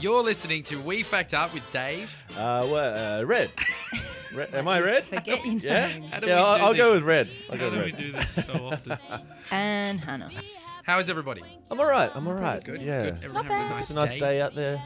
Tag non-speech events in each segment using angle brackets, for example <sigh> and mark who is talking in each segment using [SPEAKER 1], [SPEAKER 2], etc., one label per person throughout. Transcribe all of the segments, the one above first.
[SPEAKER 1] You're listening to We Fact Up with Dave.
[SPEAKER 2] Uh, well,
[SPEAKER 1] <laughs>
[SPEAKER 2] uh, red. red. Am I red?
[SPEAKER 3] Forget your
[SPEAKER 2] Yeah.
[SPEAKER 3] name.
[SPEAKER 1] How do
[SPEAKER 2] yeah,
[SPEAKER 1] we
[SPEAKER 2] I'll,
[SPEAKER 1] do
[SPEAKER 2] I'll go
[SPEAKER 1] this?
[SPEAKER 2] with red. I'll
[SPEAKER 1] How
[SPEAKER 2] go
[SPEAKER 1] do
[SPEAKER 2] with
[SPEAKER 1] we
[SPEAKER 2] red.
[SPEAKER 1] do this so often?
[SPEAKER 3] <laughs> And Hannah.
[SPEAKER 1] How is everybody?
[SPEAKER 2] I'm all right. I'm all right.
[SPEAKER 1] Good.
[SPEAKER 2] Yeah.
[SPEAKER 1] Good. Everyone
[SPEAKER 3] Not
[SPEAKER 1] having
[SPEAKER 3] bad.
[SPEAKER 1] a nice,
[SPEAKER 2] It's a nice day, out there.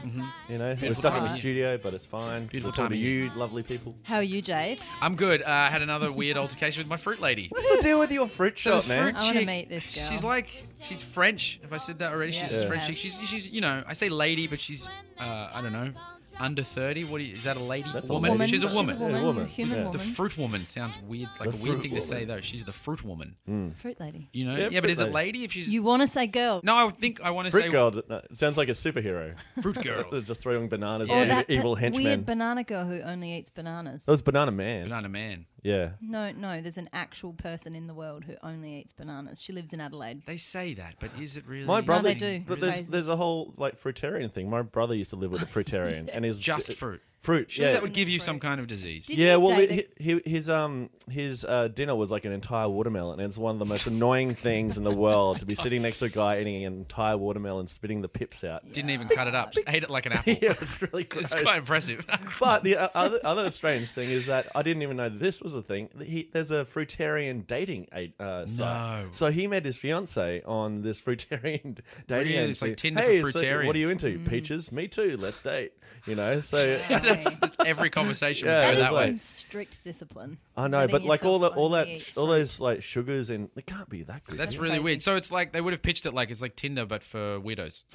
[SPEAKER 2] You know, we're
[SPEAKER 1] Beautiful
[SPEAKER 2] stuck
[SPEAKER 1] time
[SPEAKER 2] in the
[SPEAKER 1] of year.
[SPEAKER 2] studio, but it's fine.
[SPEAKER 1] Beautiful
[SPEAKER 2] We'll talk
[SPEAKER 1] time
[SPEAKER 2] to
[SPEAKER 1] of
[SPEAKER 2] you, lovely
[SPEAKER 1] <laughs>
[SPEAKER 2] people.
[SPEAKER 3] How are you, Dave?
[SPEAKER 1] I'm good. Uh, I had another weird altercation with my fruit lady.
[SPEAKER 2] What's the deal with your fruit
[SPEAKER 1] So
[SPEAKER 2] shop,
[SPEAKER 1] the
[SPEAKER 2] man?
[SPEAKER 1] fruit
[SPEAKER 3] I wanna
[SPEAKER 1] chick,
[SPEAKER 3] meet this girl.
[SPEAKER 1] She's like, she's French. Have I said that already?
[SPEAKER 3] Yeah,
[SPEAKER 1] She's just
[SPEAKER 2] you
[SPEAKER 1] French
[SPEAKER 3] have.
[SPEAKER 1] chick. She's, she's, you know, I say lady, but she's, uh, I don't know, under 30. What do you- is that a lady?
[SPEAKER 2] That's a
[SPEAKER 1] woman?
[SPEAKER 2] lady.
[SPEAKER 1] She's a
[SPEAKER 2] She's a
[SPEAKER 1] woman.
[SPEAKER 2] Yeah,
[SPEAKER 3] woman.
[SPEAKER 2] woman.
[SPEAKER 3] Human
[SPEAKER 2] Yeah. The
[SPEAKER 1] The
[SPEAKER 3] woman.
[SPEAKER 1] fruit woman sounds weird, like
[SPEAKER 2] The
[SPEAKER 1] a weird
[SPEAKER 2] fruit
[SPEAKER 1] thing to
[SPEAKER 2] woman. Mm.
[SPEAKER 1] say, though. She's the fruit woman.
[SPEAKER 3] Fruit lady.
[SPEAKER 1] You know?
[SPEAKER 2] Yeah,
[SPEAKER 1] Yeah, but
[SPEAKER 2] fruit
[SPEAKER 1] is it
[SPEAKER 2] lady.
[SPEAKER 1] lady if she's.
[SPEAKER 3] You want to say girl?
[SPEAKER 1] no, I think I want to say
[SPEAKER 2] Fruit girl. d- No, it sounds like a superhero.
[SPEAKER 1] fruit
[SPEAKER 2] <laughs>
[SPEAKER 1] girl.
[SPEAKER 2] Just throwing bananas
[SPEAKER 1] Or
[SPEAKER 2] at
[SPEAKER 1] that
[SPEAKER 2] ev- evil
[SPEAKER 3] pe-
[SPEAKER 2] henchmen.
[SPEAKER 3] Weird banana girl who only eats bananas.
[SPEAKER 2] It was Banana Man.
[SPEAKER 1] Banana man.
[SPEAKER 2] Yeah.
[SPEAKER 3] No, no, there's an actual person in the world who only eats bananas. She lives in Adelaide.
[SPEAKER 1] They say that, but is it really?
[SPEAKER 2] My brother,
[SPEAKER 3] they do.
[SPEAKER 2] but
[SPEAKER 3] It's
[SPEAKER 2] there's
[SPEAKER 3] crazy.
[SPEAKER 2] there's a whole like fruitarian thing. My brother used to live with
[SPEAKER 1] <laughs>
[SPEAKER 2] a fruitarian, and his
[SPEAKER 1] Just
[SPEAKER 2] uh,
[SPEAKER 1] fruit.
[SPEAKER 2] fruit.
[SPEAKER 1] Surely
[SPEAKER 2] yeah,
[SPEAKER 1] that would give you some
[SPEAKER 3] Fruit.
[SPEAKER 1] kind of disease.
[SPEAKER 3] Didn't
[SPEAKER 2] yeah.
[SPEAKER 3] you
[SPEAKER 2] Well,
[SPEAKER 3] date
[SPEAKER 2] he, he- his um his uh, dinner was like an entire watermelon, and it's one of the most annoying things in the world to be sitting next to a guy eating an entire watermelon, spitting the pips out.
[SPEAKER 1] Didn't even cut it up. Just ate it like an apple.
[SPEAKER 2] <laughs> Yeah, it's really gross.
[SPEAKER 1] It's quite impressive. <laughs>
[SPEAKER 2] But the uh, other, other strange thing is that I didn't even know this was a thing. He, there's a fruitarian dating a- uh, site.
[SPEAKER 1] No.
[SPEAKER 2] So he met his fiance on this fruitarian <laughs> d- dating.
[SPEAKER 1] Really? It's
[SPEAKER 2] agency.
[SPEAKER 1] like Tinder for
[SPEAKER 2] hey, So what are
[SPEAKER 1] fruitarians." Mm.
[SPEAKER 2] you into? Peaches? Me too. Let's date. You
[SPEAKER 1] <laughs>
[SPEAKER 2] know. So
[SPEAKER 3] a-
[SPEAKER 1] That's every conversation
[SPEAKER 2] Yeah,
[SPEAKER 1] we go
[SPEAKER 3] That is
[SPEAKER 1] that
[SPEAKER 2] it's
[SPEAKER 3] some
[SPEAKER 1] way.
[SPEAKER 2] like-
[SPEAKER 3] strict discipline.
[SPEAKER 2] I know,
[SPEAKER 3] Letting
[SPEAKER 2] but like all the
[SPEAKER 3] yourself
[SPEAKER 2] all that
[SPEAKER 3] only eat
[SPEAKER 2] all
[SPEAKER 3] fruit.
[SPEAKER 2] those like sugars and it can't be that good.
[SPEAKER 1] That's
[SPEAKER 2] can it?
[SPEAKER 1] really
[SPEAKER 3] crazy.
[SPEAKER 1] weird. So it's like they would have pitched it like it's like Tinder, but for
[SPEAKER 2] <laughs>
[SPEAKER 1] widows.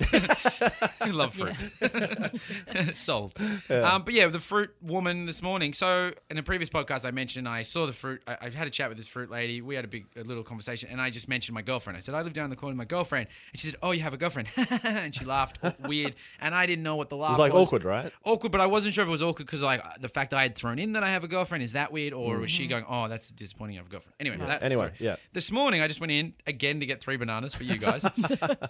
[SPEAKER 1] I love fruit. <laughs> Sold. Um, but yeah, the fruit woman this morning. So in a previous podcast, I mentioned I saw the fruit. I, I had a chat with this fruit lady. We had a big, a little conversation, and I just mentioned my girlfriend. I said I live down the corner with my girlfriend, and she said, "Oh, you have a girlfriend?" <laughs> and she laughed weird, and I didn't know what the laugh
[SPEAKER 2] It's like
[SPEAKER 1] was
[SPEAKER 2] awkward, right?
[SPEAKER 1] awkward, but I wasn't sure if it was awkward because like the fact I had thrown in that I have a girlfriend is that weird, or was
[SPEAKER 3] Mm-hmm.
[SPEAKER 1] she going, "Oh, that's disappointing. I have a girlfriend." Anyway, that's
[SPEAKER 2] Anyway, yeah.
[SPEAKER 1] This morning I just went in again to get three bananas for you
[SPEAKER 2] <laughs>
[SPEAKER 1] guys,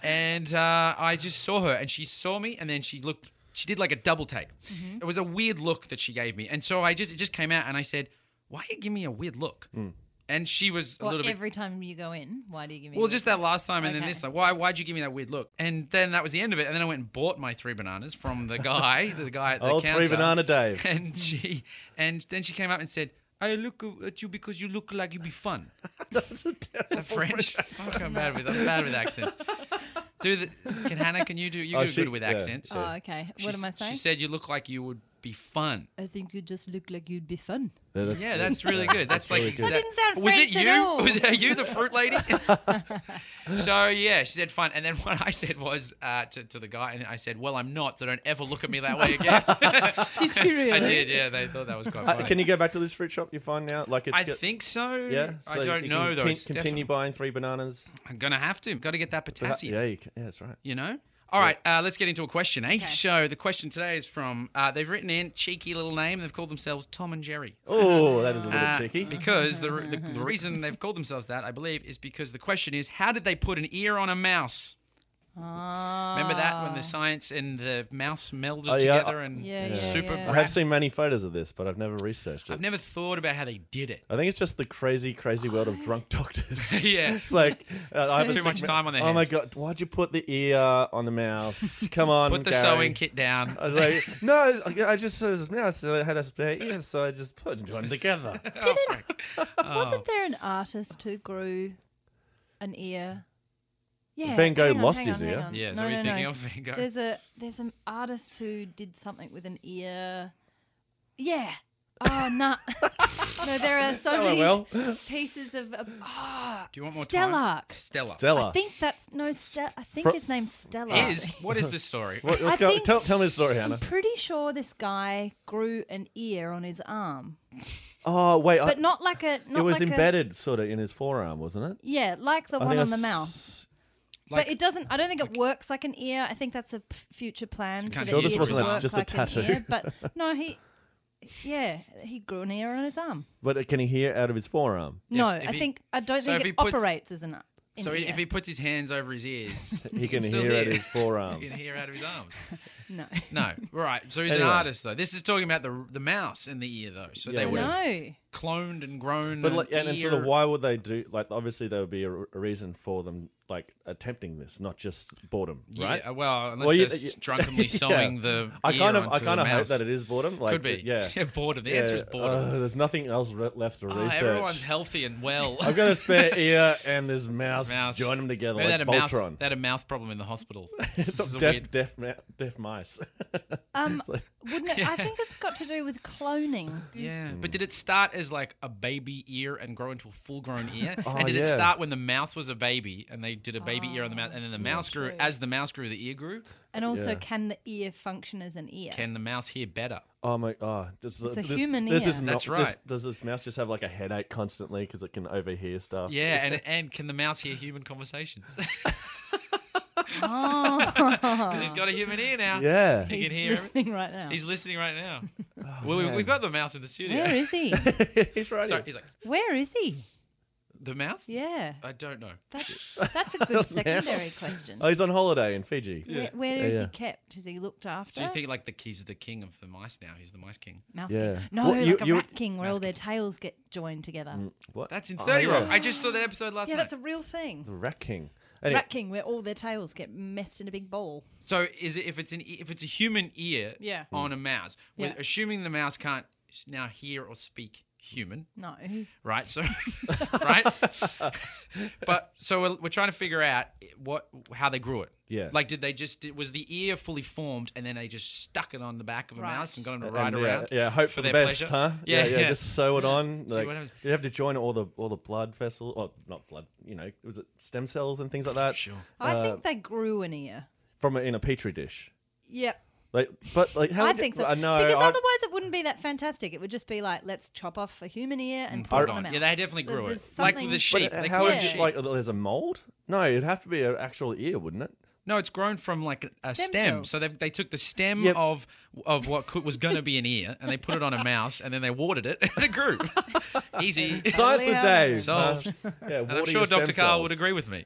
[SPEAKER 1] and uh, I just saw her, and she saw me, and then she looked. She did like a double take.
[SPEAKER 3] Mm-hmm.
[SPEAKER 1] It was a weird look that she gave me, and so I just it just came out, and I said, "Why you give me a weird look?"
[SPEAKER 2] Hmm.
[SPEAKER 1] And she was a
[SPEAKER 3] What,
[SPEAKER 1] little bit.
[SPEAKER 3] every time you go in, why do you give me?
[SPEAKER 1] Well,
[SPEAKER 3] a
[SPEAKER 1] just
[SPEAKER 3] look?
[SPEAKER 1] that last time, and then
[SPEAKER 3] Okay.
[SPEAKER 1] this. Like, why? Why'd you give me that weird look? And then that was the end of it. And then I went and bought my three bananas from the guy, the guy at the
[SPEAKER 2] Old
[SPEAKER 1] counter.
[SPEAKER 2] three banana Dave.
[SPEAKER 1] <laughs> And she, and then she came up and said, "I look at you because you look like you be fun." <laughs> That's a French. <laughs> Fuck, I'm bad with. I'm bad <laughs> with accents. Do the. Can Hannah? Can you do? You're
[SPEAKER 2] Oh,
[SPEAKER 1] good
[SPEAKER 2] she-
[SPEAKER 1] with
[SPEAKER 2] yeah,
[SPEAKER 1] accents.
[SPEAKER 2] yeah.
[SPEAKER 3] Oh, okay.
[SPEAKER 1] She
[SPEAKER 3] what
[SPEAKER 1] s-
[SPEAKER 3] am I saying?
[SPEAKER 1] She said you look like you would be fun.
[SPEAKER 3] I think you just look like you'd be fun.
[SPEAKER 2] Yeah, that's,
[SPEAKER 1] Yeah, that's really good. That's, like
[SPEAKER 2] good.
[SPEAKER 3] That didn't sound
[SPEAKER 1] Was it
[SPEAKER 3] French at
[SPEAKER 1] you? <laughs>
[SPEAKER 3] all.
[SPEAKER 1] Was that you, the fruit lady?
[SPEAKER 3] <laughs>
[SPEAKER 1] <laughs> so yeah, she said fine, and then what I said was uh, to to the guy, and I said, "Well, I'm not, so don't ever look at me that way again."
[SPEAKER 3] Did you <laughs> really?
[SPEAKER 1] <laughs> I did. Yeah, they thought that was quite
[SPEAKER 2] Uh,
[SPEAKER 1] funny.
[SPEAKER 2] can you go back to this fruit shop? You find now, like it's
[SPEAKER 1] I
[SPEAKER 2] got-
[SPEAKER 1] think so.
[SPEAKER 2] yeah.
[SPEAKER 1] I
[SPEAKER 2] So
[SPEAKER 1] don't
[SPEAKER 2] you
[SPEAKER 1] know
[SPEAKER 2] can
[SPEAKER 1] though.
[SPEAKER 2] tin-
[SPEAKER 1] It's definitely-
[SPEAKER 2] continue buying three bananas.
[SPEAKER 1] I'm gonna have to. Got to get that
[SPEAKER 2] But that-
[SPEAKER 1] potassium.
[SPEAKER 2] yeah, you can, yeah, that's right.
[SPEAKER 1] You know? All right, uh, let's get into a question, eh?
[SPEAKER 3] Okay.
[SPEAKER 1] So the question today is from, uh, they've written in, cheeky little name, they've called themselves Tom and Jerry.
[SPEAKER 2] Oh, that is a little
[SPEAKER 1] Uh,
[SPEAKER 2] cheeky.
[SPEAKER 1] Because the, re- the,
[SPEAKER 3] <laughs>
[SPEAKER 1] the reason they've called themselves that, I believe, is because the question is, how did they put an ear on a mouse?
[SPEAKER 3] Ah.
[SPEAKER 1] Remember that when the science and the mouse melded
[SPEAKER 2] Oh, yeah.
[SPEAKER 1] together and
[SPEAKER 3] Yeah,
[SPEAKER 2] yeah,
[SPEAKER 1] super
[SPEAKER 3] yeah.
[SPEAKER 2] I have
[SPEAKER 1] wrapped?
[SPEAKER 2] seen many photos of this, but I've never researched it.
[SPEAKER 1] I've never thought about how they did it. <laughs>
[SPEAKER 2] I think it's just the crazy, crazy world of drunk <laughs> doctors.
[SPEAKER 3] <laughs>
[SPEAKER 1] yeah.
[SPEAKER 2] It's like uh, I have
[SPEAKER 3] Too
[SPEAKER 2] a
[SPEAKER 3] much
[SPEAKER 2] sick-
[SPEAKER 1] time on their
[SPEAKER 2] Oh my
[SPEAKER 1] hands.
[SPEAKER 2] god, why'd you put the ear on the mouse? Come on,
[SPEAKER 1] Put the
[SPEAKER 2] Gary.
[SPEAKER 1] sewing kit down.
[SPEAKER 2] I was like, <laughs> no, I I just saw this mouse. so I had a spare ear, so I just put and joined it together.
[SPEAKER 1] Oh,
[SPEAKER 3] Wasn't there an artist who grew an ear? Yeah.
[SPEAKER 2] Van Gogh
[SPEAKER 3] hang on,
[SPEAKER 2] lost
[SPEAKER 3] hang
[SPEAKER 2] his
[SPEAKER 3] on, hang
[SPEAKER 2] ear.
[SPEAKER 3] on.
[SPEAKER 1] Yeah, so
[SPEAKER 3] No,
[SPEAKER 1] what are you
[SPEAKER 3] no,
[SPEAKER 1] thinking
[SPEAKER 3] no.
[SPEAKER 1] of, Van Gogh?
[SPEAKER 3] There's a there's an artist who did something with an ear. Yeah. Oh <laughs> no. no, there are so
[SPEAKER 2] Oh
[SPEAKER 3] many
[SPEAKER 2] well,
[SPEAKER 3] pieces of. um, ah,
[SPEAKER 1] Do you want more
[SPEAKER 3] Stellark.
[SPEAKER 1] time? Stellar.
[SPEAKER 2] Stella.
[SPEAKER 3] I think that's no. Ste- I think
[SPEAKER 2] Fro-
[SPEAKER 3] his name's Stellark.
[SPEAKER 1] Is, what is this story?
[SPEAKER 2] What-
[SPEAKER 3] I
[SPEAKER 2] what's going-
[SPEAKER 3] think-
[SPEAKER 2] tell, tell me the story,
[SPEAKER 3] I'm <laughs>
[SPEAKER 2] Hannah.
[SPEAKER 3] pretty sure this guy grew an ear on his arm,
[SPEAKER 2] Oh wait,
[SPEAKER 3] but
[SPEAKER 2] I,
[SPEAKER 3] not like a. Not
[SPEAKER 2] it was
[SPEAKER 3] like a-
[SPEAKER 2] embedded sort of in his forearm, wasn't it?
[SPEAKER 3] yeah, like the
[SPEAKER 2] I
[SPEAKER 3] one
[SPEAKER 2] think
[SPEAKER 3] on
[SPEAKER 2] I
[SPEAKER 3] the
[SPEAKER 2] s-
[SPEAKER 3] mouse.
[SPEAKER 1] Like-
[SPEAKER 3] but it doesn't. I don't think it works like an ear. I think that's a p- future plan.
[SPEAKER 1] kind
[SPEAKER 3] For
[SPEAKER 1] of
[SPEAKER 3] the
[SPEAKER 1] Sure
[SPEAKER 3] ear
[SPEAKER 1] this
[SPEAKER 3] to
[SPEAKER 1] wasn't a-
[SPEAKER 3] work
[SPEAKER 2] just a
[SPEAKER 3] like an
[SPEAKER 2] tattoo.
[SPEAKER 3] ear,
[SPEAKER 2] <laughs>
[SPEAKER 3] but no, he. Yeah, he grew an ear on his arm.
[SPEAKER 2] But it- can he hear out of his
[SPEAKER 3] <laughs>
[SPEAKER 2] forearm?
[SPEAKER 3] No,
[SPEAKER 1] if
[SPEAKER 3] I
[SPEAKER 1] he-
[SPEAKER 3] think I don't
[SPEAKER 1] so
[SPEAKER 3] think
[SPEAKER 1] if he
[SPEAKER 3] it
[SPEAKER 1] puts-
[SPEAKER 3] operates as an. an
[SPEAKER 1] So
[SPEAKER 3] ear.
[SPEAKER 1] if he puts his hands over his ears,
[SPEAKER 2] <laughs> He can
[SPEAKER 1] still
[SPEAKER 2] hear out of
[SPEAKER 1] hear.
[SPEAKER 2] his
[SPEAKER 3] <laughs>
[SPEAKER 1] <laughs>
[SPEAKER 2] forearms.
[SPEAKER 1] he can hear out of his arms. <laughs>
[SPEAKER 3] no,
[SPEAKER 2] <laughs>
[SPEAKER 1] No, right. So he's
[SPEAKER 2] Anyway.
[SPEAKER 1] an artist though. This is talking about the the mouse in the ear though. So
[SPEAKER 2] Yeah,
[SPEAKER 1] they
[SPEAKER 2] yeah.
[SPEAKER 1] would have
[SPEAKER 3] no,
[SPEAKER 1] cloned and grown.
[SPEAKER 2] But
[SPEAKER 1] an
[SPEAKER 2] like, and, and sort of
[SPEAKER 1] ear.
[SPEAKER 2] why would they do? Like, obviously there would be a, r- a reason for them like attempting this, not just boredom, right?
[SPEAKER 1] Yeah, well, unless
[SPEAKER 2] Well, you-
[SPEAKER 1] they're
[SPEAKER 2] <laughs> you-
[SPEAKER 1] drunkenly sewing the.
[SPEAKER 2] I
[SPEAKER 1] ear
[SPEAKER 2] kind of, I
[SPEAKER 1] onto the
[SPEAKER 2] kind of hope
[SPEAKER 1] mouse.
[SPEAKER 2] that it is boredom. Like,
[SPEAKER 1] Could be.
[SPEAKER 3] <laughs>
[SPEAKER 1] <laughs>
[SPEAKER 2] Yeah.
[SPEAKER 1] boredom. The answer is
[SPEAKER 2] Yeah,
[SPEAKER 1] boredom.
[SPEAKER 2] uh, there's nothing else re- left to
[SPEAKER 1] Oh,
[SPEAKER 2] research.
[SPEAKER 1] everyone's healthy and
[SPEAKER 2] <laughs>
[SPEAKER 1] well.
[SPEAKER 2] I've got a spare ear and this mouse.
[SPEAKER 1] Mouse.
[SPEAKER 2] Join them together
[SPEAKER 1] Maybe
[SPEAKER 2] like
[SPEAKER 1] they had a mouse.
[SPEAKER 2] Voltron.
[SPEAKER 1] They had a mouse problem in the
[SPEAKER 2] <laughs>
[SPEAKER 1] hospital. This is a
[SPEAKER 2] deaf,
[SPEAKER 1] weird-
[SPEAKER 2] deaf, ma- deaf mice. <laughs>
[SPEAKER 3] Um,
[SPEAKER 2] like-
[SPEAKER 3] wouldn't it? I think it's got to do with cloning.
[SPEAKER 1] Yeah,
[SPEAKER 2] Mm.
[SPEAKER 1] but did it start as like a baby ear and grow into a
[SPEAKER 2] <laughs>
[SPEAKER 1] full-grown ear?
[SPEAKER 2] Oh,
[SPEAKER 1] and did it
[SPEAKER 2] yeah.
[SPEAKER 1] start when the mouse was a baby and they did a baby ear on the mouse, and then the mouse grew
[SPEAKER 3] Oh. True.
[SPEAKER 1] as the mouse grew, the ear grew?
[SPEAKER 3] And also,
[SPEAKER 2] Yeah.
[SPEAKER 3] can the ear function as an ear?
[SPEAKER 1] Can the mouse hear better?
[SPEAKER 2] oh my god! It's
[SPEAKER 3] a human
[SPEAKER 2] There's this
[SPEAKER 3] ear.
[SPEAKER 1] That's
[SPEAKER 2] mou- this-
[SPEAKER 1] right.
[SPEAKER 2] does this mouse just have like a headache constantly because it can overhear stuff?
[SPEAKER 1] Yeah,
[SPEAKER 2] <laughs>
[SPEAKER 1] and and can the mouse hear human conversations? <laughs> Because
[SPEAKER 3] <laughs>
[SPEAKER 1] <laughs>
[SPEAKER 3] oh,
[SPEAKER 1] he's got a human ear now.
[SPEAKER 2] Yeah.
[SPEAKER 1] He
[SPEAKER 3] he's
[SPEAKER 1] can hear. him.
[SPEAKER 3] listening right now.
[SPEAKER 1] He's listening right now.
[SPEAKER 2] <laughs>
[SPEAKER 1] well, we,
[SPEAKER 2] Oh, man.
[SPEAKER 1] we've got the mouse in the studio.
[SPEAKER 3] Where
[SPEAKER 1] <laughs>
[SPEAKER 3] is he?
[SPEAKER 2] <laughs> He's right.
[SPEAKER 1] Sorry,
[SPEAKER 2] here.
[SPEAKER 1] he's like
[SPEAKER 3] Where is he?
[SPEAKER 1] the mouse.
[SPEAKER 3] Yeah,
[SPEAKER 1] I don't know.
[SPEAKER 3] that's that's
[SPEAKER 1] <laughs>
[SPEAKER 3] a good secondary question.
[SPEAKER 2] Oh, he's on holiday in Fiji.
[SPEAKER 3] Where, where is
[SPEAKER 2] Yeah.
[SPEAKER 3] he kept? Is he looked after?
[SPEAKER 1] Oh, Do you think like the he's the king of the mice now? He's the mice king.
[SPEAKER 3] Mouse
[SPEAKER 2] Yeah.
[SPEAKER 3] king. No,
[SPEAKER 2] Well, you-
[SPEAKER 3] like a
[SPEAKER 2] you-
[SPEAKER 3] rat king, where all their tails get joined together.
[SPEAKER 2] What?
[SPEAKER 1] That's in
[SPEAKER 2] Oh,
[SPEAKER 1] Thirty
[SPEAKER 2] yeah.
[SPEAKER 1] Rock. I just saw that episode last
[SPEAKER 3] yeah,
[SPEAKER 1] night.
[SPEAKER 3] that's a real thing.
[SPEAKER 2] The Rat King. Anyway,
[SPEAKER 3] Rat king, where all their tails get messed in a big ball.
[SPEAKER 1] So is it if it's an e- if it's a human ear
[SPEAKER 3] Yeah.
[SPEAKER 1] on a mouse? With,
[SPEAKER 3] Yeah.
[SPEAKER 1] Assuming the mouse can't s- now hear or speak human,
[SPEAKER 3] No.
[SPEAKER 1] right? So <laughs>
[SPEAKER 2] <laughs>
[SPEAKER 1] right, but so we're, we're trying to figure out what how they grew it.
[SPEAKER 2] Yeah.
[SPEAKER 1] like did they just did- was the ear fully formed and then they just stuck it on the back of a
[SPEAKER 3] Right.
[SPEAKER 1] mouse and got him to
[SPEAKER 2] and
[SPEAKER 1] ride
[SPEAKER 2] yeah,
[SPEAKER 1] around?
[SPEAKER 2] Yeah, hope
[SPEAKER 1] for
[SPEAKER 2] for, the
[SPEAKER 1] their
[SPEAKER 2] best,
[SPEAKER 1] pleasure.
[SPEAKER 2] huh?
[SPEAKER 1] Yeah,
[SPEAKER 2] yeah,
[SPEAKER 1] yeah.
[SPEAKER 2] Just sew it on.
[SPEAKER 1] See
[SPEAKER 2] like,
[SPEAKER 1] what happens.
[SPEAKER 2] You have to join all the all the blood vessels. Well, not blood. You know, was it stem cells and things like that?
[SPEAKER 1] Sure.
[SPEAKER 3] I
[SPEAKER 2] Uh,
[SPEAKER 3] think they grew an ear.
[SPEAKER 2] From a, in a petri dish.
[SPEAKER 3] Yep.
[SPEAKER 2] Like, but like, how
[SPEAKER 3] I
[SPEAKER 2] would you-
[SPEAKER 3] think so.
[SPEAKER 2] I know.
[SPEAKER 3] because
[SPEAKER 2] I-
[SPEAKER 3] otherwise it wouldn't be that fantastic. It would just be like, let's chop off a human ear
[SPEAKER 2] Mm.
[SPEAKER 3] and put
[SPEAKER 1] Hold
[SPEAKER 3] it on a
[SPEAKER 1] on.
[SPEAKER 3] mouse.
[SPEAKER 1] Yeah, they definitely
[SPEAKER 3] There-
[SPEAKER 1] grew it.
[SPEAKER 3] there's
[SPEAKER 1] Like with
[SPEAKER 3] something-
[SPEAKER 1] the sheep.
[SPEAKER 2] But
[SPEAKER 1] they
[SPEAKER 2] how
[SPEAKER 1] cloned
[SPEAKER 2] would
[SPEAKER 3] clone
[SPEAKER 1] sheep.
[SPEAKER 2] you, like? oh, There's a mold? No, it'd have to be an actual ear, wouldn't it?
[SPEAKER 1] No, it's grown from like a
[SPEAKER 3] Stem
[SPEAKER 1] stem.
[SPEAKER 3] cells.
[SPEAKER 1] So they they took the stem
[SPEAKER 2] Yep.
[SPEAKER 1] of of what could, was going to be an ear, and they put it on a mouse, and then they watered it, and it
[SPEAKER 3] <laughs>
[SPEAKER 1] grew. Easy.
[SPEAKER 2] Science
[SPEAKER 3] Totally
[SPEAKER 2] of Dave.
[SPEAKER 1] Solved.
[SPEAKER 2] huh?
[SPEAKER 1] <laughs>
[SPEAKER 2] yeah,
[SPEAKER 1] And I'm sure Dr. Carl would agree with me.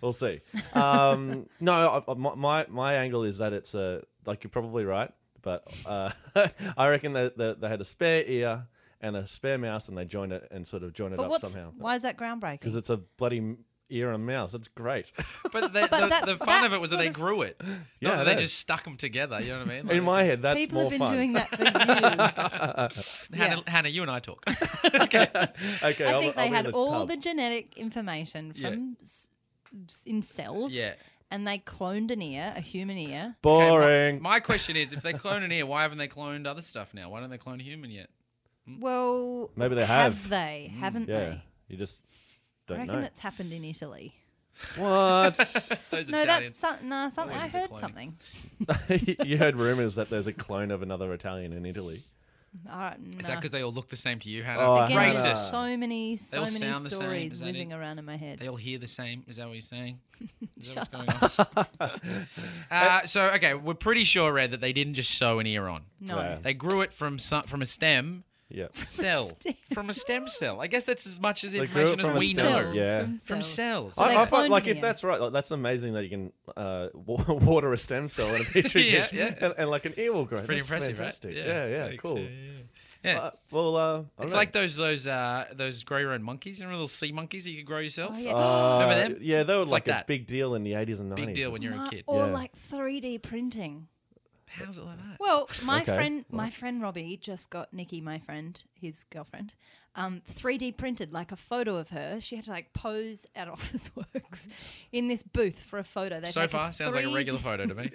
[SPEAKER 2] we'll see. Um, <laughs> no, I- I- my- my my angle is that it's a like you're probably right, but uh, <laughs> I reckon that that they had a spare ear and a spare mouse, and they joined it and sort of joined it
[SPEAKER 3] But
[SPEAKER 2] up
[SPEAKER 3] what's
[SPEAKER 2] somehow.
[SPEAKER 3] why is that groundbreaking?
[SPEAKER 2] Because it's a bloody m- ear and a mouse. That's great.
[SPEAKER 1] <laughs>
[SPEAKER 2] <laughs>
[SPEAKER 1] But the,
[SPEAKER 3] But that's-
[SPEAKER 1] the, the fun of it
[SPEAKER 3] that's
[SPEAKER 1] was that
[SPEAKER 3] sort
[SPEAKER 1] they
[SPEAKER 3] of-
[SPEAKER 1] grew it. Not
[SPEAKER 2] Yeah,
[SPEAKER 1] that
[SPEAKER 2] I
[SPEAKER 1] they
[SPEAKER 2] know.
[SPEAKER 1] just stuck them together. You know what I mean?
[SPEAKER 2] <laughs> In my head, that's
[SPEAKER 3] People
[SPEAKER 2] more
[SPEAKER 3] have been
[SPEAKER 2] fun.
[SPEAKER 3] doing that for years.
[SPEAKER 1] Hannah,
[SPEAKER 3] yeah.
[SPEAKER 1] Hannah, you and I talk.
[SPEAKER 2] <laughs> okay,
[SPEAKER 3] I
[SPEAKER 2] I'll-
[SPEAKER 3] think
[SPEAKER 2] I'll
[SPEAKER 3] they
[SPEAKER 2] be in
[SPEAKER 3] had
[SPEAKER 2] the
[SPEAKER 3] all
[SPEAKER 2] tub.
[SPEAKER 3] the genetic information
[SPEAKER 1] Yeah.
[SPEAKER 3] from s- s- in
[SPEAKER 2] <laughs>
[SPEAKER 3] cells.
[SPEAKER 1] Yeah.
[SPEAKER 3] And they cloned an ear, a human ear.
[SPEAKER 1] Okay, my-
[SPEAKER 2] boring.
[SPEAKER 1] my, question is, if they clone an ear, why haven't they cloned other stuff now? Why don't they clone a human yet?
[SPEAKER 3] Well,
[SPEAKER 2] Maybe they have. Mm,
[SPEAKER 3] they? Haven't
[SPEAKER 2] yeah,
[SPEAKER 3] they?
[SPEAKER 2] you just
[SPEAKER 3] I
[SPEAKER 2] don't
[SPEAKER 3] reckon
[SPEAKER 2] know
[SPEAKER 3] it's happened in Italy.
[SPEAKER 2] <laughs> what.
[SPEAKER 1] Those
[SPEAKER 3] no,
[SPEAKER 1] Italians.
[SPEAKER 3] that's some, nah, something.
[SPEAKER 1] Always
[SPEAKER 3] I
[SPEAKER 1] a bit
[SPEAKER 3] heard
[SPEAKER 1] cloning.
[SPEAKER 3] something.
[SPEAKER 2] <laughs> you heard rumors that there's a clone of another Italian in Italy.
[SPEAKER 3] All right, nah.
[SPEAKER 1] Is that because they all look the same to you, Hannah?
[SPEAKER 2] Oh,
[SPEAKER 3] Again,
[SPEAKER 2] Hannah.
[SPEAKER 3] there's
[SPEAKER 1] Racist.
[SPEAKER 3] So many, so
[SPEAKER 1] all
[SPEAKER 3] many
[SPEAKER 1] sound the same, is
[SPEAKER 3] stories
[SPEAKER 1] that
[SPEAKER 3] whizzing
[SPEAKER 1] it?
[SPEAKER 3] around in my head.
[SPEAKER 1] They all hear the same. Is that what you're
[SPEAKER 3] <laughs>
[SPEAKER 1] saying? Is that what's going on? uh, so okay, we're pretty sure, Red, that they didn't just sew an ear on.
[SPEAKER 3] no.
[SPEAKER 2] Yeah.
[SPEAKER 1] They grew it from some, from a stem
[SPEAKER 2] Yeah.
[SPEAKER 1] cell,
[SPEAKER 3] Stem.
[SPEAKER 1] from a stem cell. I guess that's as much as
[SPEAKER 2] grew
[SPEAKER 1] information
[SPEAKER 2] it from
[SPEAKER 1] as
[SPEAKER 2] a
[SPEAKER 1] we
[SPEAKER 2] stem
[SPEAKER 1] know
[SPEAKER 2] cell. Yeah.
[SPEAKER 1] from cells.
[SPEAKER 3] So they
[SPEAKER 2] I, I find,
[SPEAKER 3] cloned
[SPEAKER 2] like
[SPEAKER 3] an
[SPEAKER 2] if
[SPEAKER 3] ear.
[SPEAKER 2] that's right, like, that's amazing that you can uh, <laughs> wa- water a stem cell
[SPEAKER 1] <laughs>
[SPEAKER 2] in a petri
[SPEAKER 1] Yeah,
[SPEAKER 2] dish,
[SPEAKER 1] yeah.
[SPEAKER 2] <laughs> And, and like an ear will grow.
[SPEAKER 1] Pretty
[SPEAKER 2] That's
[SPEAKER 1] impressive,
[SPEAKER 2] fantastic.
[SPEAKER 1] right?
[SPEAKER 2] Yeah,
[SPEAKER 1] I
[SPEAKER 2] yeah,
[SPEAKER 1] think so,
[SPEAKER 2] cool.
[SPEAKER 1] yeah, yeah. Yeah.
[SPEAKER 2] Uh, well, uh, I don't
[SPEAKER 1] it's
[SPEAKER 2] know.
[SPEAKER 1] like those those uh, those grow your own monkeys. You know, little sea monkeys that you could grow yourself.
[SPEAKER 3] Oh, yeah.
[SPEAKER 2] Uh,
[SPEAKER 1] Remember them?
[SPEAKER 2] Yeah, they were
[SPEAKER 1] It's
[SPEAKER 2] like,
[SPEAKER 1] like
[SPEAKER 2] a
[SPEAKER 1] that.
[SPEAKER 2] big deal in the eighties and nineties.
[SPEAKER 1] Big deal when you're a kid.
[SPEAKER 3] Or
[SPEAKER 2] Yeah.
[SPEAKER 3] like 3D printing.
[SPEAKER 1] How's it like that?
[SPEAKER 3] Well, my
[SPEAKER 2] Okay,
[SPEAKER 3] friend, my friend Robbie just got Nikki, my friend, his girlfriend, um, 3D printed like a photo of her. She had to like pose at <laughs> Office Works in this booth for a photo. They
[SPEAKER 1] Mm-hmm. So
[SPEAKER 3] take
[SPEAKER 1] far, sounds like a
[SPEAKER 3] 3D
[SPEAKER 1] regular photo to me.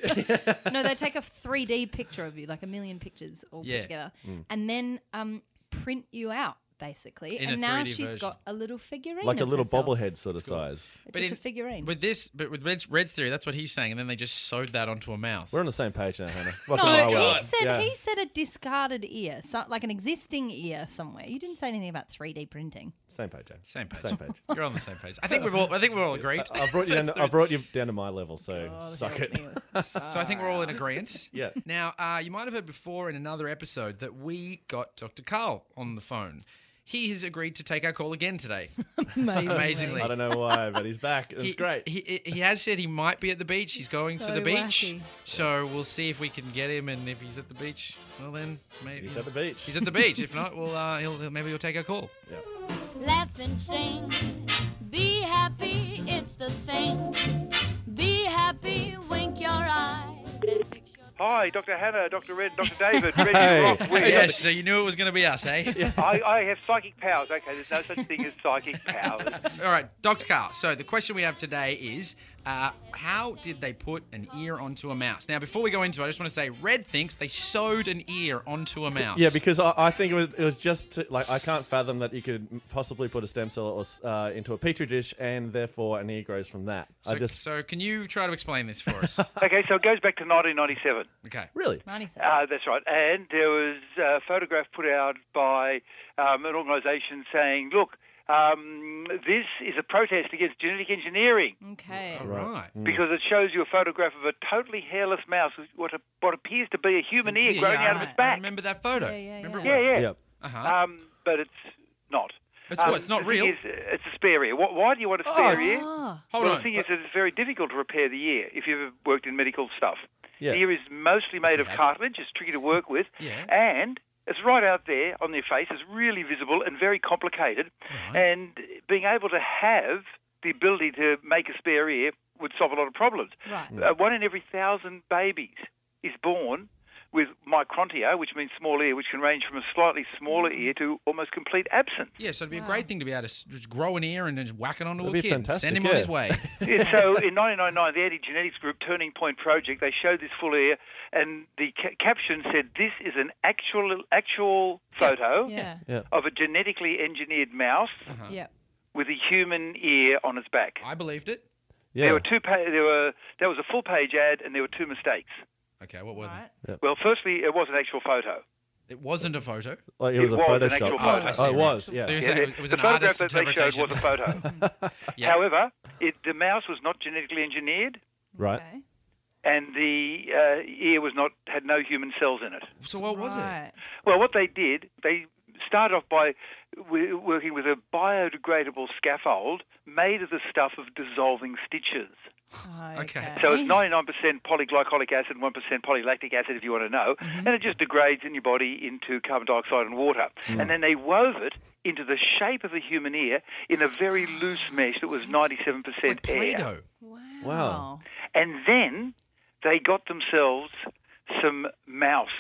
[SPEAKER 3] <laughs> no, they take a 3D picture of you, like a million pictures all
[SPEAKER 1] Yeah.
[SPEAKER 3] put together,
[SPEAKER 2] Mm.
[SPEAKER 3] and then um, print you out basically.
[SPEAKER 1] In a
[SPEAKER 3] and now
[SPEAKER 1] 3D
[SPEAKER 3] she's
[SPEAKER 1] version.
[SPEAKER 3] got a little figurine,
[SPEAKER 2] like a
[SPEAKER 3] of
[SPEAKER 2] little
[SPEAKER 3] herself.
[SPEAKER 2] bobblehead sort of size.
[SPEAKER 3] just
[SPEAKER 1] But
[SPEAKER 3] a
[SPEAKER 1] in-
[SPEAKER 3] figurine.
[SPEAKER 1] with this, but with Red's, Red's theory, that's what he's saying, and then they just sewed that onto a mouse.
[SPEAKER 2] We're on the same page now, Hannah.
[SPEAKER 1] Oh
[SPEAKER 2] Welcome to
[SPEAKER 3] no,
[SPEAKER 2] our
[SPEAKER 3] he
[SPEAKER 2] world.
[SPEAKER 3] said
[SPEAKER 2] yeah.
[SPEAKER 3] he said a discarded ear, so, like an existing ear somewhere. You didn't say anything about 3D printing.
[SPEAKER 2] same page. James.
[SPEAKER 1] Same page. <laughs>
[SPEAKER 2] Same page.
[SPEAKER 1] You're on the same page. I think we've all. I think we're all
[SPEAKER 2] <laughs>
[SPEAKER 1] agreed. <laughs>
[SPEAKER 2] I brought you down. To, I brought you down to my level, so
[SPEAKER 3] God
[SPEAKER 2] suck
[SPEAKER 3] help
[SPEAKER 2] it.
[SPEAKER 3] me with-
[SPEAKER 1] so I think we're all in agreement.
[SPEAKER 2] <laughs> Yeah.
[SPEAKER 1] Now, uh, you might have heard before in another episode that we got Dr. Carl on the phone. He has agreed to take our call again
[SPEAKER 2] <laughs>
[SPEAKER 1] today.
[SPEAKER 3] Amazingly.
[SPEAKER 1] Amazingly.
[SPEAKER 2] I don't know why, but he's back. It's
[SPEAKER 1] he,
[SPEAKER 2] great.
[SPEAKER 1] He, he has said he might be at the beach. He's going to
[SPEAKER 3] So
[SPEAKER 1] the beach.
[SPEAKER 3] wacky.
[SPEAKER 1] So we'll see if we can get him. And if he's at the beach, well, then maybe.
[SPEAKER 2] He's at the beach.
[SPEAKER 1] He's at the beach. If not, well, uh, he'll, he'll maybe he'll take our call.
[SPEAKER 2] yeah.
[SPEAKER 4] Laugh and sing. Be happy, it's the thing. Be happy, wink your eyes. and fix your-
[SPEAKER 5] Hi, Dr. Hannah, Dr. Red, Dr. David, Reggie
[SPEAKER 2] Hey.
[SPEAKER 5] Rock. We're
[SPEAKER 1] yeah, so you knew it was going to be us,
[SPEAKER 2] <laughs>
[SPEAKER 1] eh?
[SPEAKER 5] I, I have psychic powers. Okay, there's no such thing as psychic powers.
[SPEAKER 1] All right, Dr. Carl. So the question we have today is uh, how did they put an ear onto a mouse? Now, before we go into it, I just want to say Red thinks they sewed an ear onto a mouse.
[SPEAKER 2] Yeah, because I, I think it was, it was just to, like I can't fathom that you could possibly put a stem cell or, s- uh, into a petri dish and therefore an ear grows from that.
[SPEAKER 1] So,
[SPEAKER 2] I just
[SPEAKER 1] so can you try to explain this for
[SPEAKER 2] <laughs>
[SPEAKER 1] us?
[SPEAKER 5] Okay, so it goes back to 1997.
[SPEAKER 1] okay.
[SPEAKER 2] really
[SPEAKER 5] Uh, that's right. And there was a photograph put out by um, an organisation saying, look, um, this is a protest against genetic engineering
[SPEAKER 3] Okay.
[SPEAKER 2] <laughs>
[SPEAKER 5] oh,
[SPEAKER 1] All right.
[SPEAKER 2] Hmm.
[SPEAKER 5] because it shows you a photograph of a totally hairless mouse with what, a, what appears to be a human ear growing out of
[SPEAKER 1] I-
[SPEAKER 5] its back.
[SPEAKER 1] I remember that photo.
[SPEAKER 3] Yeah, yeah,
[SPEAKER 1] Remember it
[SPEAKER 5] yeah,
[SPEAKER 1] well.
[SPEAKER 5] yeah.
[SPEAKER 2] yeah.
[SPEAKER 1] Uh-huh.
[SPEAKER 5] Um, but it's not.
[SPEAKER 1] It's what? It's not
[SPEAKER 5] the thing
[SPEAKER 1] real?
[SPEAKER 5] is, uh, it's a spare ear. Wh- Why do you want
[SPEAKER 2] Oh,
[SPEAKER 5] a spare ear?
[SPEAKER 3] Ah,
[SPEAKER 1] Hold
[SPEAKER 5] well,
[SPEAKER 1] on.
[SPEAKER 5] the thing is that it's very difficult to repair the ear if you've ever worked in medical stuff.
[SPEAKER 2] Yeah.
[SPEAKER 5] The ear is mostly made of
[SPEAKER 1] have.
[SPEAKER 5] cartilage. It's tricky to work with.
[SPEAKER 1] Yeah.
[SPEAKER 5] And it's right out there on their face. It's really visible and very complicated. And being able to have the ability to make a spare ear would solve a lot of problems.
[SPEAKER 3] right.
[SPEAKER 1] Hmm.
[SPEAKER 5] Uh, one in every thousand babies is born with microntia, which means small ear, which can range from a slightly smaller
[SPEAKER 1] Hmm.
[SPEAKER 5] ear to almost complete absence.
[SPEAKER 1] Yeah, so it'd be a great thing to be able to s- just grow an ear and then just whack it onto
[SPEAKER 2] That'd
[SPEAKER 1] a
[SPEAKER 2] be
[SPEAKER 1] kid, and send
[SPEAKER 2] fantastic,
[SPEAKER 1] him on
[SPEAKER 2] yeah.
[SPEAKER 1] his way.
[SPEAKER 2] <laughs>
[SPEAKER 5] Yeah, so in 1999, the anti-genetics group Turning Point Project, they showed this full ear, and the ca- caption said, "This is an actual actual photo
[SPEAKER 3] Yeah.
[SPEAKER 2] Yeah.
[SPEAKER 5] of a genetically engineered mouse
[SPEAKER 3] Yeah.
[SPEAKER 5] with a human ear on its back."
[SPEAKER 1] I believed it.
[SPEAKER 2] Yeah.
[SPEAKER 5] There were two. Pa- there were there was a full page ad, and there were two mistakes.
[SPEAKER 1] Okay, what were
[SPEAKER 3] Right.
[SPEAKER 5] Well, firstly, it was an actual photo.
[SPEAKER 1] they? It wasn't a
[SPEAKER 5] <laughs>
[SPEAKER 1] photo.
[SPEAKER 2] Like, it
[SPEAKER 5] It
[SPEAKER 2] was a
[SPEAKER 5] was an
[SPEAKER 2] Photoshop.
[SPEAKER 5] actual
[SPEAKER 1] Oh, I see.
[SPEAKER 2] it was.
[SPEAKER 1] So you're
[SPEAKER 2] Yeah.
[SPEAKER 1] saying
[SPEAKER 5] Yeah,
[SPEAKER 1] it was
[SPEAKER 5] the
[SPEAKER 1] an
[SPEAKER 5] photograph
[SPEAKER 1] artist's
[SPEAKER 5] that they showed
[SPEAKER 1] interpretation.
[SPEAKER 5] was a photo.
[SPEAKER 1] <laughs> Yeah.
[SPEAKER 5] However, it, the mouse was not genetically engineered,
[SPEAKER 2] Right.
[SPEAKER 3] Okay.
[SPEAKER 5] and the uh, ear was not had no human cells in it.
[SPEAKER 1] so what was it?
[SPEAKER 3] right.
[SPEAKER 5] Well, what they did, they started off by w- working with a biodegradable scaffold made of the stuff of dissolving stitches.
[SPEAKER 1] Okay.
[SPEAKER 5] So it's 99% polyglycolic acid, 1% polylactic acid, if you want to know,
[SPEAKER 1] Mm-hmm.
[SPEAKER 5] and it just degrades in your body into carbon dioxide and water.
[SPEAKER 1] Mm.
[SPEAKER 5] And then they wove it into the shape of a human ear in a very loose mesh that was 97%
[SPEAKER 1] It's like
[SPEAKER 5] air.
[SPEAKER 1] Play-Doh.
[SPEAKER 3] <laughs> Wow.
[SPEAKER 2] Wow.
[SPEAKER 5] And then they got themselves some mouse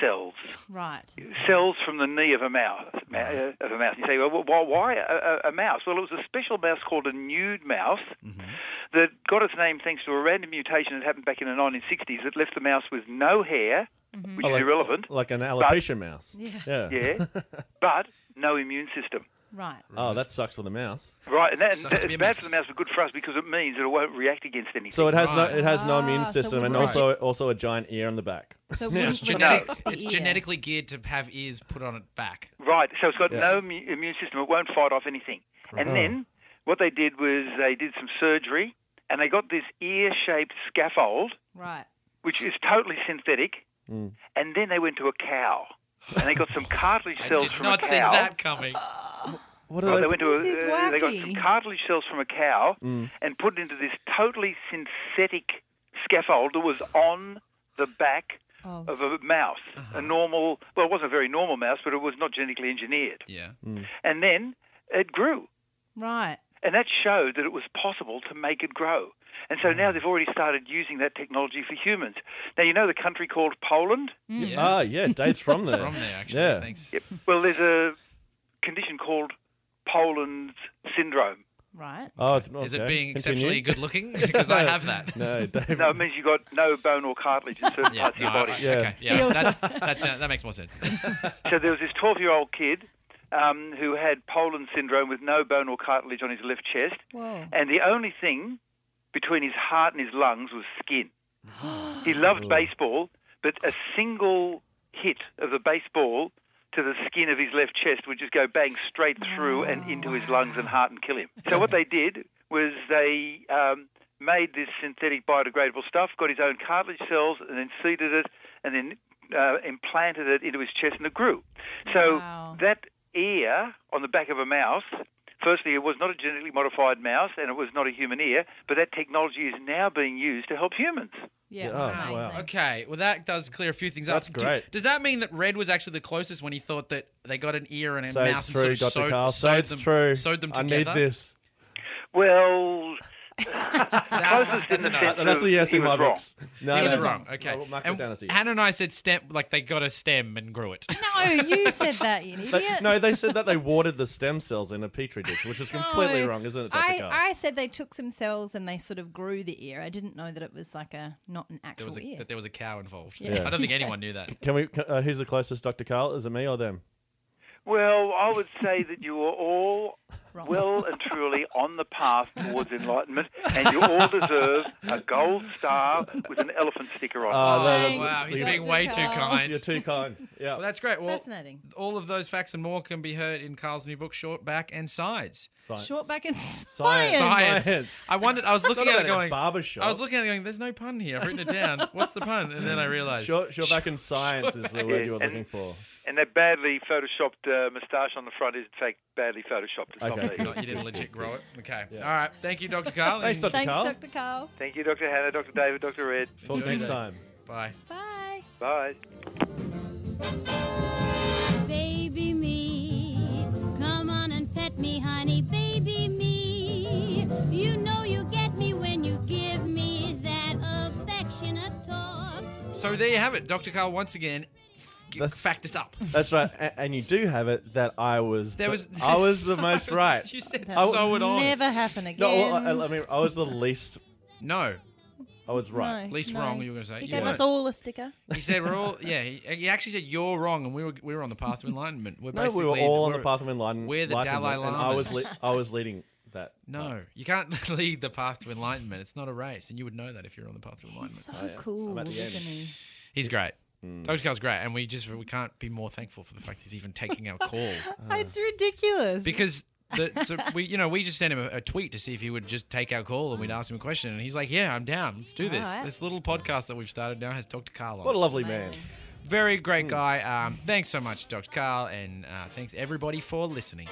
[SPEAKER 5] cells.
[SPEAKER 3] Right.
[SPEAKER 5] cells from the knee of a mouse. ma- uh, Of a mouse. You say, well, why, why a, a- a mouse? Well, it was a special mouse called a nude mouse
[SPEAKER 2] Mm-hmm.
[SPEAKER 5] that got its name thanks to a random mutation that happened back in the 1960s that left the mouse with no hair, which
[SPEAKER 2] Oh,
[SPEAKER 5] is
[SPEAKER 2] like-
[SPEAKER 5] irrelevant,
[SPEAKER 2] Like an alopecia mouse.
[SPEAKER 3] Yeah.
[SPEAKER 2] Yeah. <laughs>
[SPEAKER 5] yeah, but no immune system.
[SPEAKER 3] Right.
[SPEAKER 2] Oh, that sucks for the mouse.
[SPEAKER 5] Right, and that,
[SPEAKER 1] Sucks to
[SPEAKER 5] that,
[SPEAKER 1] be a
[SPEAKER 5] bad for the
[SPEAKER 1] mouse.
[SPEAKER 5] mouse, but good for us because it means that it won't react against anything.
[SPEAKER 2] So it has
[SPEAKER 1] Right.
[SPEAKER 2] no it has no
[SPEAKER 3] Ah,
[SPEAKER 2] immune
[SPEAKER 3] so
[SPEAKER 2] system and
[SPEAKER 3] wouldn't it-
[SPEAKER 2] also also a giant ear on the back.
[SPEAKER 3] So
[SPEAKER 2] Yeah.
[SPEAKER 3] wouldn't
[SPEAKER 1] It's
[SPEAKER 3] reject
[SPEAKER 1] genetic.
[SPEAKER 3] the
[SPEAKER 1] It's
[SPEAKER 3] ear.
[SPEAKER 1] genetically geared to have ears put on it back.
[SPEAKER 5] Right, so it's got
[SPEAKER 2] Yeah. Oh.
[SPEAKER 5] no mu- immune system. It won't fight off anything. And then what they did was they did some surgery and they got this ear shaped scaffold,
[SPEAKER 3] Right.
[SPEAKER 5] which is totally synthetic.
[SPEAKER 1] Hmm.
[SPEAKER 5] And then they went to a cow and they got
[SPEAKER 1] <laughs>
[SPEAKER 5] some cartilage
[SPEAKER 1] I
[SPEAKER 5] cells
[SPEAKER 1] did
[SPEAKER 5] from
[SPEAKER 1] not
[SPEAKER 5] a
[SPEAKER 1] see
[SPEAKER 5] cow.
[SPEAKER 1] that coming.
[SPEAKER 2] What
[SPEAKER 5] Right,
[SPEAKER 2] are
[SPEAKER 5] they
[SPEAKER 2] they?
[SPEAKER 5] went to a,
[SPEAKER 3] This is
[SPEAKER 5] uh, they got some
[SPEAKER 3] wacky.
[SPEAKER 5] cartilage cells from a cow
[SPEAKER 1] Hmm.
[SPEAKER 5] and put it into this totally synthetic scaffold that was on the back
[SPEAKER 3] Of-
[SPEAKER 5] of a mouse,
[SPEAKER 1] Uh-huh.
[SPEAKER 5] a normal, well, it wasn't a very normal mouse, but it was not genetically engineered.
[SPEAKER 1] Yeah.
[SPEAKER 5] And then it grew.
[SPEAKER 3] Right.
[SPEAKER 5] And that showed that it was possible to make it grow. And so
[SPEAKER 1] Uh-huh.
[SPEAKER 5] now they've already started using that technology for humans. Now, you know the country called Poland?
[SPEAKER 1] Yeah. <laughs>
[SPEAKER 2] Ah, yeah, it dates from there.
[SPEAKER 1] From there, actually.
[SPEAKER 2] Yeah.
[SPEAKER 1] Thanks.
[SPEAKER 5] Yep. Well, there's a condition called Poland syndrome.
[SPEAKER 3] Right.
[SPEAKER 2] Oh, it's not
[SPEAKER 1] Is it
[SPEAKER 2] okay.
[SPEAKER 1] being exceptionally
[SPEAKER 2] Continue.
[SPEAKER 1] good looking? <laughs> Because I have that. <laughs>
[SPEAKER 2] No, David.
[SPEAKER 5] No, it means you've got no bone or cartilage in certain
[SPEAKER 1] Yeah,
[SPEAKER 5] parts of
[SPEAKER 1] no,
[SPEAKER 5] your
[SPEAKER 1] I-
[SPEAKER 5] body.
[SPEAKER 1] I-
[SPEAKER 2] Yeah.
[SPEAKER 1] Okay.
[SPEAKER 3] He
[SPEAKER 1] Yeah.
[SPEAKER 3] also-
[SPEAKER 1] That's, that's, uh, that makes more sense.
[SPEAKER 5] So there was this 12 year old kid um, who had Poland syndrome with no bone or cartilage on his left chest.
[SPEAKER 3] Whoa.
[SPEAKER 5] And the only thing between his heart and his lungs was skin. he loved baseball, but a single hit of the baseball to the skin of his left chest would just go bang straight through and into his lungs and heart and kill him. So what they did was they um, made this synthetic biodegradable stuff, got his own cartilage cells, and then seeded it, and then uh, implanted it into his chest, and it grew. So
[SPEAKER 3] Wow.
[SPEAKER 5] that ear on the back of a mouse. Firstly, it was not a genetically modified mouse and it was not a human ear, but that technology is now being used to help humans.
[SPEAKER 3] Yeah.
[SPEAKER 2] Yeah, oh, <laughs>
[SPEAKER 3] amazing.
[SPEAKER 2] wow.
[SPEAKER 1] Okay, well that does clear a few things up.
[SPEAKER 2] That's
[SPEAKER 1] Do-
[SPEAKER 2] great.
[SPEAKER 1] does that mean that Red was actually the closest when he thought that they got an ear and a
[SPEAKER 2] So it's
[SPEAKER 1] mouse
[SPEAKER 2] true,
[SPEAKER 1] and sort of
[SPEAKER 2] Dr.
[SPEAKER 1] sewed,
[SPEAKER 2] Carl. So
[SPEAKER 1] sewed
[SPEAKER 2] it's
[SPEAKER 1] them,
[SPEAKER 2] true.
[SPEAKER 1] sewed them
[SPEAKER 2] I
[SPEAKER 1] together?
[SPEAKER 2] need this.
[SPEAKER 5] Well,
[SPEAKER 1] That-
[SPEAKER 5] Closest in
[SPEAKER 1] that's
[SPEAKER 5] the
[SPEAKER 1] enough.
[SPEAKER 5] sense-
[SPEAKER 2] Uh, that's a yes
[SPEAKER 5] he
[SPEAKER 2] in my
[SPEAKER 5] was wrong.
[SPEAKER 2] books. No,
[SPEAKER 1] He
[SPEAKER 2] no,
[SPEAKER 1] was
[SPEAKER 2] no.
[SPEAKER 1] wrong. Okay.
[SPEAKER 2] I will mark it
[SPEAKER 1] and
[SPEAKER 2] down as a yes.
[SPEAKER 1] Hannah and I said stem, like they got a stem and grew it.
[SPEAKER 3] No, you said that, you idiot.
[SPEAKER 2] But- no, they said that they watered the stem cells in a petri dish, which is completely
[SPEAKER 3] No.
[SPEAKER 2] wrong, isn't it, Dr.
[SPEAKER 3] I,
[SPEAKER 2] Carl?
[SPEAKER 3] I said they took some cells and they sort of grew the ear. I didn't know that it was like a not an
[SPEAKER 1] There
[SPEAKER 3] actual
[SPEAKER 1] was a,
[SPEAKER 3] ear.
[SPEAKER 1] that there was a cow involved.
[SPEAKER 2] Yeah.
[SPEAKER 1] I <laughs> don't think anyone knew
[SPEAKER 2] <laughs>
[SPEAKER 1] that.
[SPEAKER 2] Can we? can- Uh, who's the closest, Dr. Carl? Is it me or them?
[SPEAKER 5] Well, I would say that you are all
[SPEAKER 3] Wrong.
[SPEAKER 5] well and truly on the path towards enlightenment, and you all deserve a gold star with an elephant sticker on. it.
[SPEAKER 2] Oh, no,
[SPEAKER 3] Thanks,
[SPEAKER 1] Wow, he's
[SPEAKER 3] Dr.
[SPEAKER 1] being way too
[SPEAKER 3] Carl.
[SPEAKER 1] kind.
[SPEAKER 2] You're
[SPEAKER 1] <laughs>
[SPEAKER 2] too kind. Yeah.
[SPEAKER 1] Well, that's great. Well,
[SPEAKER 3] Fascinating.
[SPEAKER 1] all of those facts and more can be heard in Carl's new book, Short Back and Sides.
[SPEAKER 2] Science.
[SPEAKER 3] Short back and
[SPEAKER 2] Science.
[SPEAKER 3] science.
[SPEAKER 1] Science.
[SPEAKER 2] Science.
[SPEAKER 1] I wondered.
[SPEAKER 2] <laughs>
[SPEAKER 1] I was looking
[SPEAKER 2] Not
[SPEAKER 1] at it
[SPEAKER 2] about a
[SPEAKER 1] going.
[SPEAKER 2] barber shop.
[SPEAKER 1] I was looking at it going. There's no pun here. I've written it down. What's the pun? And then I realized.
[SPEAKER 2] Short,
[SPEAKER 1] <laughs>
[SPEAKER 2] short back in science is the word you were
[SPEAKER 5] Yes.
[SPEAKER 2] looking for.
[SPEAKER 5] And that badly photoshopped uh, moustache on the front is, in fact, badly photoshopped. It's
[SPEAKER 2] Okay.
[SPEAKER 5] not
[SPEAKER 1] It's
[SPEAKER 5] me.
[SPEAKER 1] not, you didn't legit grow it. Okay. All right. Thank you, Dr. Carl.
[SPEAKER 2] Thanks,
[SPEAKER 1] and
[SPEAKER 2] Dr.
[SPEAKER 3] Thanks,
[SPEAKER 2] Carl.
[SPEAKER 3] Dr. Carl.
[SPEAKER 5] Thank you, Dr. Hannah, Dr. David, Dr. Red.
[SPEAKER 2] Talk
[SPEAKER 1] Enjoy
[SPEAKER 2] next
[SPEAKER 1] that.
[SPEAKER 2] time.
[SPEAKER 1] Bye.
[SPEAKER 3] Bye.
[SPEAKER 5] Bye.
[SPEAKER 4] Baby me, come on and pet me, honey. Baby me, you know you get me when you give me that affectionate talk.
[SPEAKER 1] So there you have it. Dr. Carl once again f- g-
[SPEAKER 2] That's-
[SPEAKER 1] fact us
[SPEAKER 2] <laughs>
[SPEAKER 1] up.
[SPEAKER 2] That's right. And, and you do have it that I was.
[SPEAKER 1] There
[SPEAKER 2] the,
[SPEAKER 1] was
[SPEAKER 2] <laughs> I
[SPEAKER 1] <laughs>
[SPEAKER 2] was the most right.
[SPEAKER 1] you said
[SPEAKER 3] That
[SPEAKER 2] w-
[SPEAKER 1] so it on.
[SPEAKER 3] Never happen again.
[SPEAKER 2] No, well, I, I mean, I was the least.
[SPEAKER 1] No.
[SPEAKER 2] I was right.
[SPEAKER 1] Least wrong, you were gonna say.
[SPEAKER 3] He
[SPEAKER 1] You
[SPEAKER 3] gave
[SPEAKER 2] weren't.
[SPEAKER 3] us all a sticker.
[SPEAKER 1] He said we're all yeah, he, he actually said you're wrong and we were we were on the path of enlightenment. We're
[SPEAKER 2] <laughs> No,
[SPEAKER 1] basically
[SPEAKER 2] we were all on
[SPEAKER 1] we're-
[SPEAKER 2] the path of enlightenment.
[SPEAKER 1] we're the Dalai
[SPEAKER 2] enlightenment, And I was,
[SPEAKER 1] Lamas.
[SPEAKER 2] le- I was leading that.
[SPEAKER 1] No, you can't <laughs> lead the path to enlightenment. It's not a race, and you would know that if you're on the path to enlightenment.
[SPEAKER 3] He's so
[SPEAKER 2] Oh, yeah.
[SPEAKER 3] cool,
[SPEAKER 2] I'm at the
[SPEAKER 3] isn't
[SPEAKER 2] end.
[SPEAKER 3] he?
[SPEAKER 1] he's great.
[SPEAKER 2] Hmm.
[SPEAKER 1] Dr. Carl's great, and we just we can't be more thankful for the fact he's even taking our
[SPEAKER 3] <laughs>
[SPEAKER 1] call.
[SPEAKER 3] it's ridiculous.
[SPEAKER 1] Uh. because the,
[SPEAKER 3] <laughs>
[SPEAKER 1] so we you know we just sent him a, a tweet to see if he would just take our call and we'd ask him a question and he's like yeah i'm down let's do this
[SPEAKER 3] Alright.
[SPEAKER 1] this little podcast that we've started now has dr carl on
[SPEAKER 2] What Hmm. a
[SPEAKER 1] it.
[SPEAKER 2] lovely man.
[SPEAKER 3] Amazing.
[SPEAKER 1] very great guy um, thanks so much dr carl and uh, thanks everybody for listening